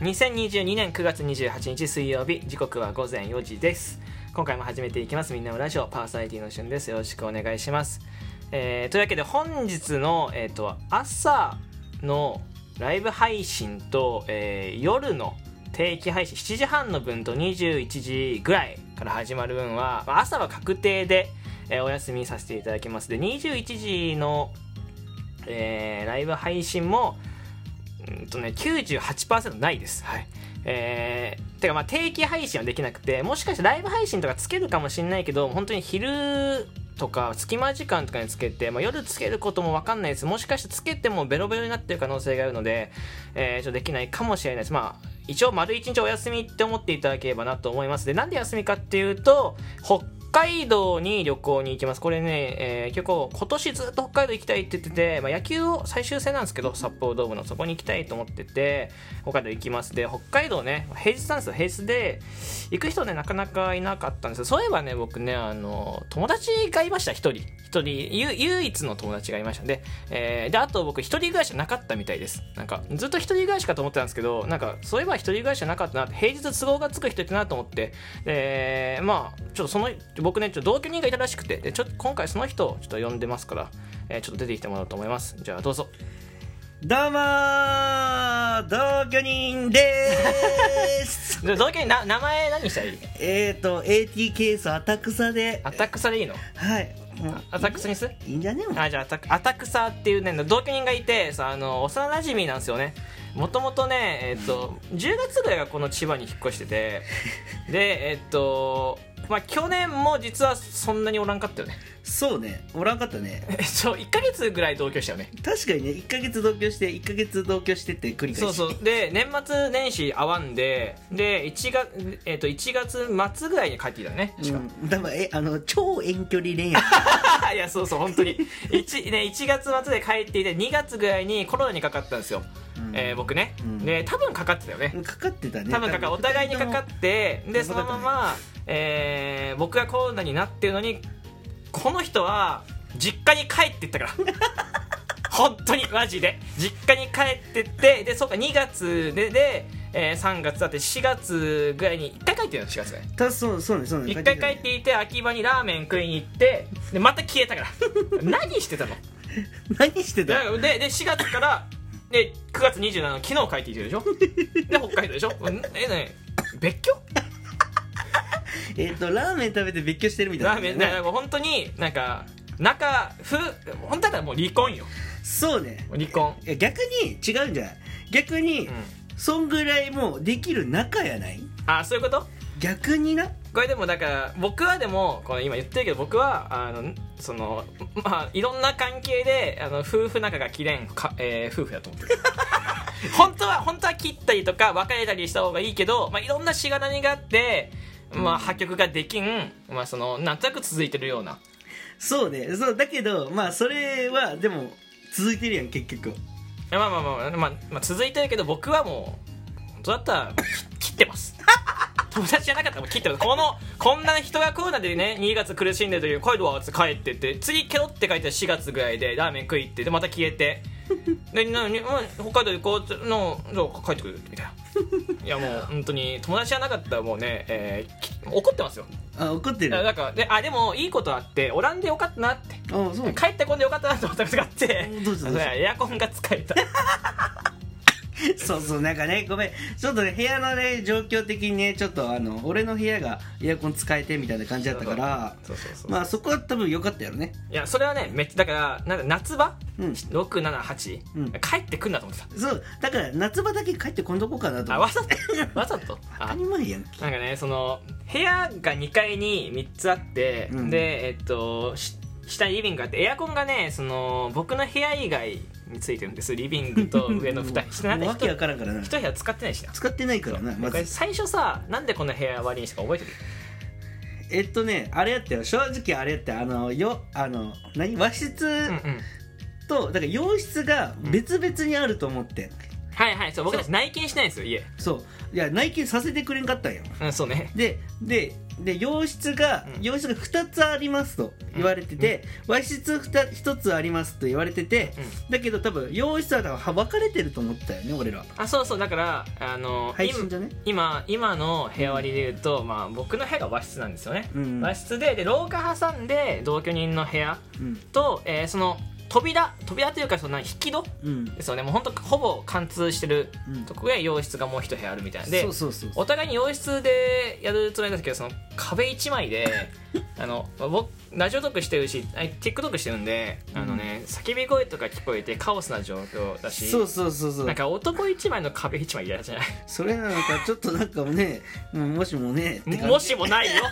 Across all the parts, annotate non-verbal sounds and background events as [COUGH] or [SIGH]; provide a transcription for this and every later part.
2022年9月28日水曜日時刻は午前4時です今回も始めていきますみんなのラジオパーソナリティのしゅんですよろしくお願いします、えーというわけで本日の、えー、と朝のライブ配信と、えー夜の定期配信7時半の分と21時ぐらいから始まる分は、まあ朝は確定で、えーお休みさせていただきますで21時の、えーライブ配信もうんとね98%ないですはいえー、てかまあ定期配信はできなくてもしかしてライブ配信とかつけるかもしれないけど本当に昼とか隙間時間とかにつけて、まあ、夜つけることも分かんないですもしかしてつけてもベロベロになってる可能性があるので、えー、ちょっとできないかもしれないですまあ一応丸一日お休みって思っていただければなと思いますでなんで休みかっていうと北海道に旅行に行きますこれね、えー結構今年ずっと北海道行きたいって言ってて、まあ、野球を最終戦なんですけど札幌ドームのそこに行きたいと思ってて北海道行きますで北海道ね平日なんですよ平日で行く人ねなかなかいなかったんですよそういえばね僕ねあの友達がいました一人一人ゆ唯一の友達がいましたで,、えーであと僕一人暮らしじゃなかったみたいですなんかずっと一人暮らしかと思ってたんですけどなんかそういえば一人暮らしじゃなかったなって平日都合がつく人いたなと思ってでまあちょっとその僕ねちょっと同居人がいたらしくてでちょっと今回その人をちょっと呼んでますから、えーちょっと出てきてもらおうと思いますじゃあどうぞどうもー同居人でー [LAUGHS] すじゃあ同居人な名前何したらいいえーと ATK ス浅草でアタックサでいいのはいもアタックスにするういいんじゃねえのあじゃあアタアタクサっていうね同居人がいてさあの幼馴染なんですよねもともとねえっ、と10月ぐらいがこの千葉に引っ越しててでえっ、とまあ去年も実はそんなにおらんかったよねそうねおらんかったねえ [LAUGHS] そう1か月ぐらい同居したよね確かにね1ヶ月同居して1ヶ月同居してって繰り返し [LAUGHS] そうそうで年末年始会わんでで1月,、えっと1月末ぐらいに帰ってきたよねう確か、ん、だからえあの超遠距離恋 [LAUGHS] 愛いやそうそう本当に 1, ね、1月末で帰っていて2月ぐらいにコロナにかかったんですよ、うんえー僕ね、うんで多分かかってたよね、かかってたね多分かかお互いにかかってでそのまま、えー僕がコロナになってるのにこの人は実家に帰ってった [LAUGHS] から本当にマジで実家に帰ってってでそうか2月でで、えー3月だって4月ぐらいに1回帰ってるの4月ぐらいたそうそうねそうね1回帰っていて秋葉にラーメン食いに行ってでまた消えた [LAUGHS] から何してたの何してたででで4月からで9月27日昨日帰ってきてるでしょで北海道でしょんえね別居えーとラーメン食べて別居してるみたいなラーメンだから本当になんか仲ふ本当だったらもう離婚よそうねもう離婚いや逆に違うんじゃない逆に、うんそんぐらいもうできる仲やないあそういうこと逆になこれでもだから僕はでもこの今言ってるけど僕はあのそのまあいろんな関係であの夫婦仲が切れんか、えー夫婦だと思っ [LAUGHS] てる本当は本当は切ったりとか別れたりした方がいいけど、まあ、いろんなしがらみがあって、まあ、破局ができん、まあ、そのなんとなく続いてるようなそうねそうだけどまあそれはでも続いてるやん結局まあまあまあまあ、まあまあ、続いてるけど僕はもう本当だったらき切ってます [LAUGHS] 友達じゃなかったらもう切ってますこのこんな人がコロナでね2月苦しんでる時に「帰るわ」っつって帰ってって次ケロって書いて4月ぐらいでラーメン食い行ってでまた消えてでなに、まあ、北海道行こうってのじゃあ帰ってくるみたいないやもう本当に友達じゃなかったらもうね、えーき怒ってますよあ怒っているやあなんかであでもいいことあっておらんでよかったなってそう帰ってこんでよかったなと思ったことがあってどうしたどうしたエアコンが使えたそうそうなんかねごめんちょっとね部屋のね状況的にねちょっとあの俺の部屋がエアコン使えてみたいな感じだったからそうそうそう、まあそこは多分良かったやろねいやそれはねめっちゃだからなんか夏場、うん678、うん帰ってくんなと思ってそうだから夏場だけ帰ってこんとこうかなとたあ思っわてざと [LAUGHS] わざと当あたり前やんけなんかねその部屋が2階に3つあって、うんでえっとし下にリビングがあってエアコンがねその僕の部屋以外についてるんですリビング [LAUGHS] と上の2人下なんもうかわけわ一からんからな一部屋使ってないしな使ってないからなまこれず最初さなんでこの部屋割りにしたか覚えてるえっとねあれやったよ正直あれやったよあのよあの何和室うんうんとだから洋室が別々にあると思って、はいはいそう僕たち内見しないんですよ家そういや内見させてくれんかったんようんそうねででで洋室が、うん洋室が2つありますと言われてて、和室2 1つありますと言われてて、だけど多分洋室は多分分かれてると思ったよね俺らあそうそうだからあの配今信じゃね今今の部屋割りで言うと、まあ、僕の部屋が和室なんですよね、うん和室でで廊下挟んで同居人の部屋うんと、えーその扉扉というかその引き戸うんですよねもうほんとほぼ貫通してるうんとこが洋室がもう一部屋あるみたいでそうそうそうお互いに洋室でやるつもりなんですけどその壁一枚で [LAUGHS] あのまあ僕ラジオトークしてるしあ TikTok してるんであのね、叫び声とか聞こえてカオスな状況だしそうそうそうそうなんか男一枚の壁一枚嫌じゃないそれなのかちょっとなんかねうんもしもねって感じもしもない [LAUGHS] よ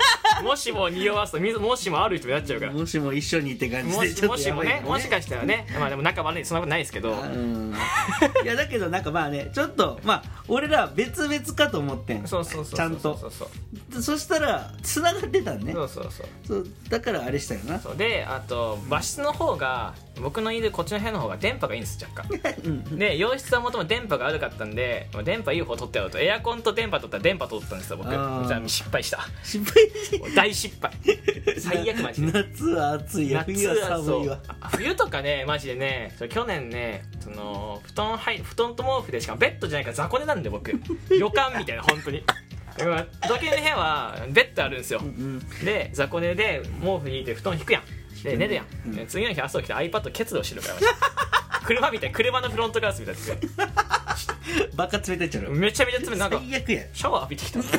もしも匂わすと水もしもある人になっちゃうからもしも一緒にって感じもでしもしもいよねもしかしたらねまあでも仲悪いそんなことないですけどあうんいやだけどなんかまあねちょっとまあ俺らは別々かと思ってんそうそうそうちゃんとそうそうそしたら繋がってたんねそうそうそうそうだからあれしたよなそうであと和室の方が僕のいるこっちの部屋の方が電波がいいんです若 [LAUGHS] 干うんで洋室はもともと電波が悪かったんでもう電波いい方取ってやろうとエアコンと電波取ったら電波取ったんですよ僕あーじゃあ失敗した失敗しもう大失 [LAUGHS] 敗最悪マジで夏は暑いや冬は寒いわそう冬とかねマジでねそう去年ねその布団はい布団と毛布でしかもベッドじゃないから雑魚寝なんで [LAUGHS] 僕旅館みたいな本当にだから時計の部屋はベッドあるんですようんで雑魚寝で毛布引いて布団引くやんで寝るやん、うんで次の日朝起きて iPad 結露してるからマジで [LAUGHS] 車みたい車のフロントガラスみたいですよバカ冷てっちゃうめちゃめちゃ冷たいなんか最悪やシャワー浴びてきたマジ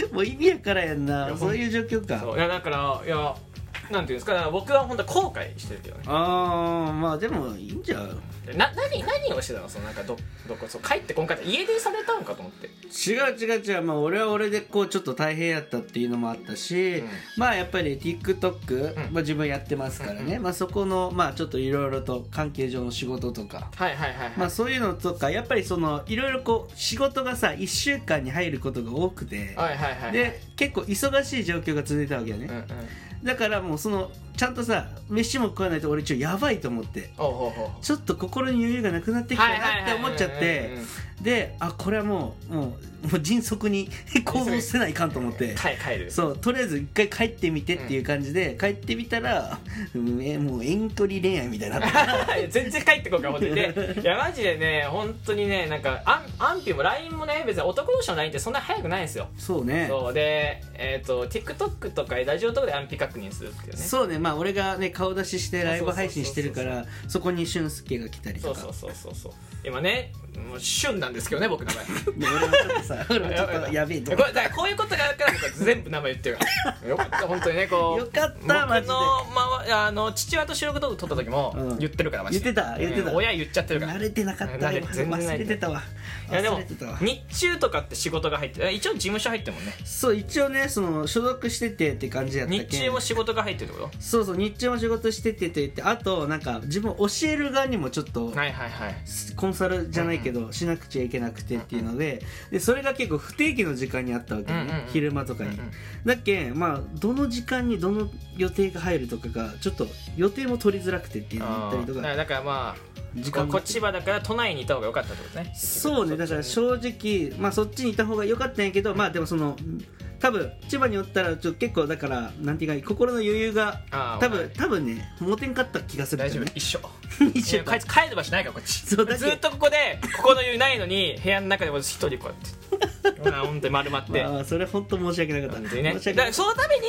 でもう意味やからやんいなやそういう状況かそういやだからいやなんていうんですかだから僕は本当後悔してるけどねああまあでもいいんじゃうな何何をしてたのそのなんかどどこそう帰ってこんかった家出されたんかと思って違う違う違う、まあ、俺は俺でこうちょっと大変やったっていうのもあったし、うんまあやっぱり TikTok、うんまあ、自分やってますからね、まあ、そこのまあちょっといろいろと関係上の仕事とか、はいはいはいはい、まあ、そういうのとかやっぱりそのいろいろこう仕事がさ1週間に入ることが多くて、はいはいはいで結構忙しい状況が続いたわけようんうね、んだからもうそのちゃんとさ飯も食わないと俺ちょっとやばいと思っておうおうおうちょっと心に余裕がなくなってきたなって思っちゃっはいはいはいはいてうんうんであこれはもうもうもう迅速に [LAUGHS] 行動せないかんと思って帰帰るそうとりあえず一回帰ってみてっていう感じで、帰ってみたら、うんえもう遠距離恋愛みたいになっていや [LAUGHS] 全然帰ってこんから思って [LAUGHS] ていやマジでね本当にねなんか安安否も LINE もね別に男同士の LINE ってそんな早くないんですよそうねそうで、えー、と TikTok とかラジオとかで安否確認するっていうねそうねまあ俺がね顔出ししてライブ配信してるからそこに俊介が来たりそとうかそうそうそうそう今ねもう旬なんですけどね僕の名前で俺もちょっと [LAUGHS] さ俺もちょっとやべえとこ思っれだからこういうことがあるから僕は全部名前言ってるからよかった本当にねこうよかった僕の,、マジでま、あの父親と収録動画撮った時もうん言ってるから、マジで言ってた言ってたうん親言っちゃってるから慣れてなかった慣れて全然慣れて忘れてたわいやでも忘れてたわ日中とかって仕事が入ってる一応事務所入ってるもんねそう一応ねその所属しててって感じやったけん日中も仕事が入ってるってこそうそう日中も仕事しててと言ってあとなんか自分教える側にもちょっととはいはいはいコンサルじゃないけどしなくちゃいけなくてっていうのででそれが結構不定期の時間にあったわけね、うんうんうん昼間とかに、うんうんだっけまあどの時間にどの予定が入るとかがちょっと予定も取りづらくてっていうのがあったりとあーだかからだからま時あ間もこっち千葉だから都内にいた方が良かったってことねそうねだからょ正直、まあ、そっちにいた方が良かったんやけどまあでもその多分千葉におったらちょっと結構だからなんていうか心の余裕があー多はい分多分ね持てんかった気がする大け丈ど夫ね一緒 [LAUGHS] 一緒いや帰帰る場所ないからこっちずそうだけどっとここでここの湯ないのに部屋の中でも一人こうや [LAUGHS] ってほら本当に丸まってまあ、それ本当申し訳なかっ本た。当にね申しだ訳かならい。そのために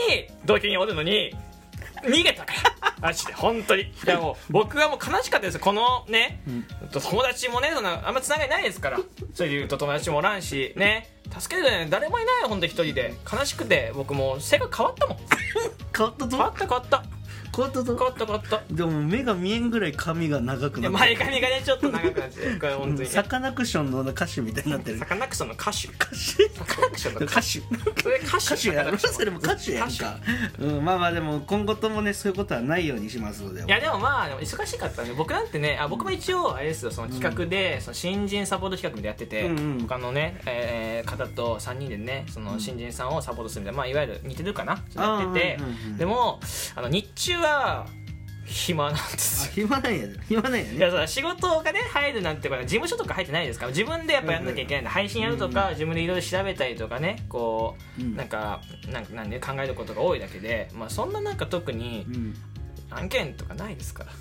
同居におるのに逃げたから [LAUGHS] マジで本当にいやもう僕はもう悲しかったですよこのね、友達もねそんなあんまつながりないですからそういうと友達もおらんしね助けてくれない誰もいないよ本当一人で悲しくて僕もう性格変わったもん変わった変わぞっ。た変わった変わった変わぞ。った変わ [LAUGHS] ったでも目が見えんぐらい髪が長くいやなって前髪がねちょっと長くなってこれ本当る。 [LAUGHS] にサカナクションの歌手みたいになってるサ。カナクションの歌手歌手サカナクションの歌手歌手それ歌手歌手やろそれも歌手やん歌か、うん、まあまあでも今後ともねそういうことはないようにしますのでいやでもまあでも忙しかったね僕なんてねあ僕も一応あれですよその企画で、その新人サポート企画みたいなやってて、うんうん他のね、えー方と3人でねその新人さんをサポートするみたいな、まあ、いわゆる似てるかなやってて、うんうんうんうんでもあの日中は暇なんですよ暇なんや暇なんやいねやそう仕事がね入るなんてことは事務所とか入ってないですから自分でやっぱやんなきゃいけないんで配信やるとか自分でいろいろ調べたりとかねこううんなんかなんかなんで考えることが多いだけで、まあ、そんななんか特にうん案件とかないですから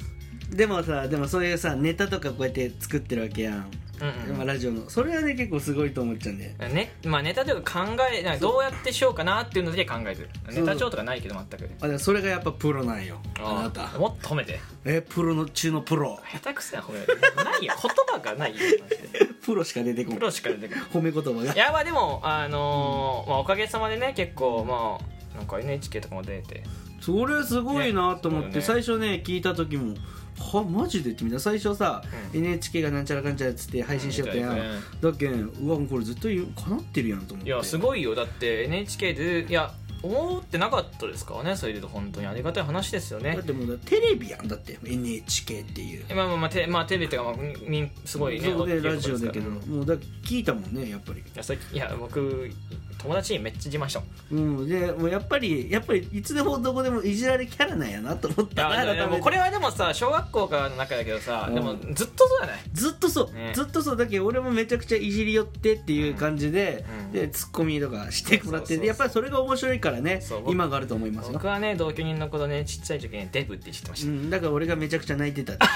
でもさでもそういうさネタとかこうやって作ってるわけやん、うんうんまあラジオのそれはね結構すごいと思っちゃうんだよねねまあ、ネタというか考えなんかどうやってしようかなっていうのだけ考えてるそうネタ帳とかないけど全くあでもそれがやっぱプロなんよあなあたもっと褒めてえプロの中のプロ下手くそな褒めるないよ言葉がないよマジでプロしか出てこなプいロしか出てこない褒め言葉 [LAUGHS] がいやまあでもあのーまあ、おかげさまでね結構まあなんか NHK とかも出てそれすごいなと思って、ね最初ね聞いた時もはマジでってみた最初さ、う NHK がなんちゃらかんちゃらっつって配信しよったやん、うんうんだけんうわもうこれずっと言うかなってるやんと思っいてやすごいよだって NHK でいや思ってなかったですからねそれで言うと本当にありがたい話ですよねだってもうテレビやんだって NHK っていうまあまあまあテ,、まあ、テレビっていうか、まあ、みみすごいねそこで大きいラジオだけど、とこですからもうだ聞いたもんねやっぱりいやそれいや僕友達にめっちゃ自慢 [LAUGHS] したもんうんでもうやっぱりやっぱりいつでもどこでもいじられキャラなんやなと思っいたやで改もめこれてはでもさ小学校からの中だけどさ、うんでもずっとそうじゃないずっとそう、ねずっとそうだけど俺もめちゃくちゃいじり寄ってっていう感じで、うんでツッコミとかしてもらってそうそうそうでやっぱりそれが面白いからねそう僕今があると思いますよ僕はね同居人のことねちっちゃい時にデブって言ってまうしん、だから俺がめちゃくちゃ泣いてたって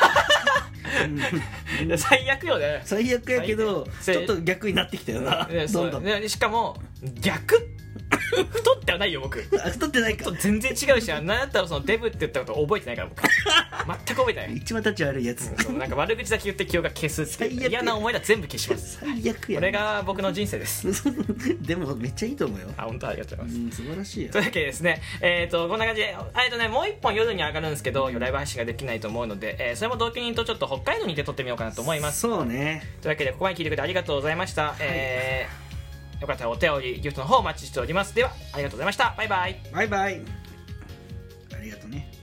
うんた、いや [LAUGHS] 最悪よね最悪やけどち最ょ悪っと逆になってきたよなねどそんどうんねしかも逆 [LAUGHS] 太ってはないよ僕あ太ってないか全然違うしなんだったらそのデブって言ったこと覚えてないから僕全く覚えてない一番立ち悪いやつそうなんか悪口だけ言って記憶が消すっていう最悪嫌な思いだ全部消します最悪やこれが僕の人生です [LAUGHS] でもめっちゃいいと思うよ、あ本当ありがとうございます、うん、素晴らしいよというわけでですね、えー、とこんな感じで、えーとね、もう一本夜に上がるんですけどライブ配信ができないと思うので、えーそれも同居人とちょっと北海道に行って撮ってみようかなと思いますそうねというわけでここまで聞いてくれてありがとうございました、えーよかったらお便りギフトの方お待ちしておりますではありがとうございましたバイバイバイバイありがとうね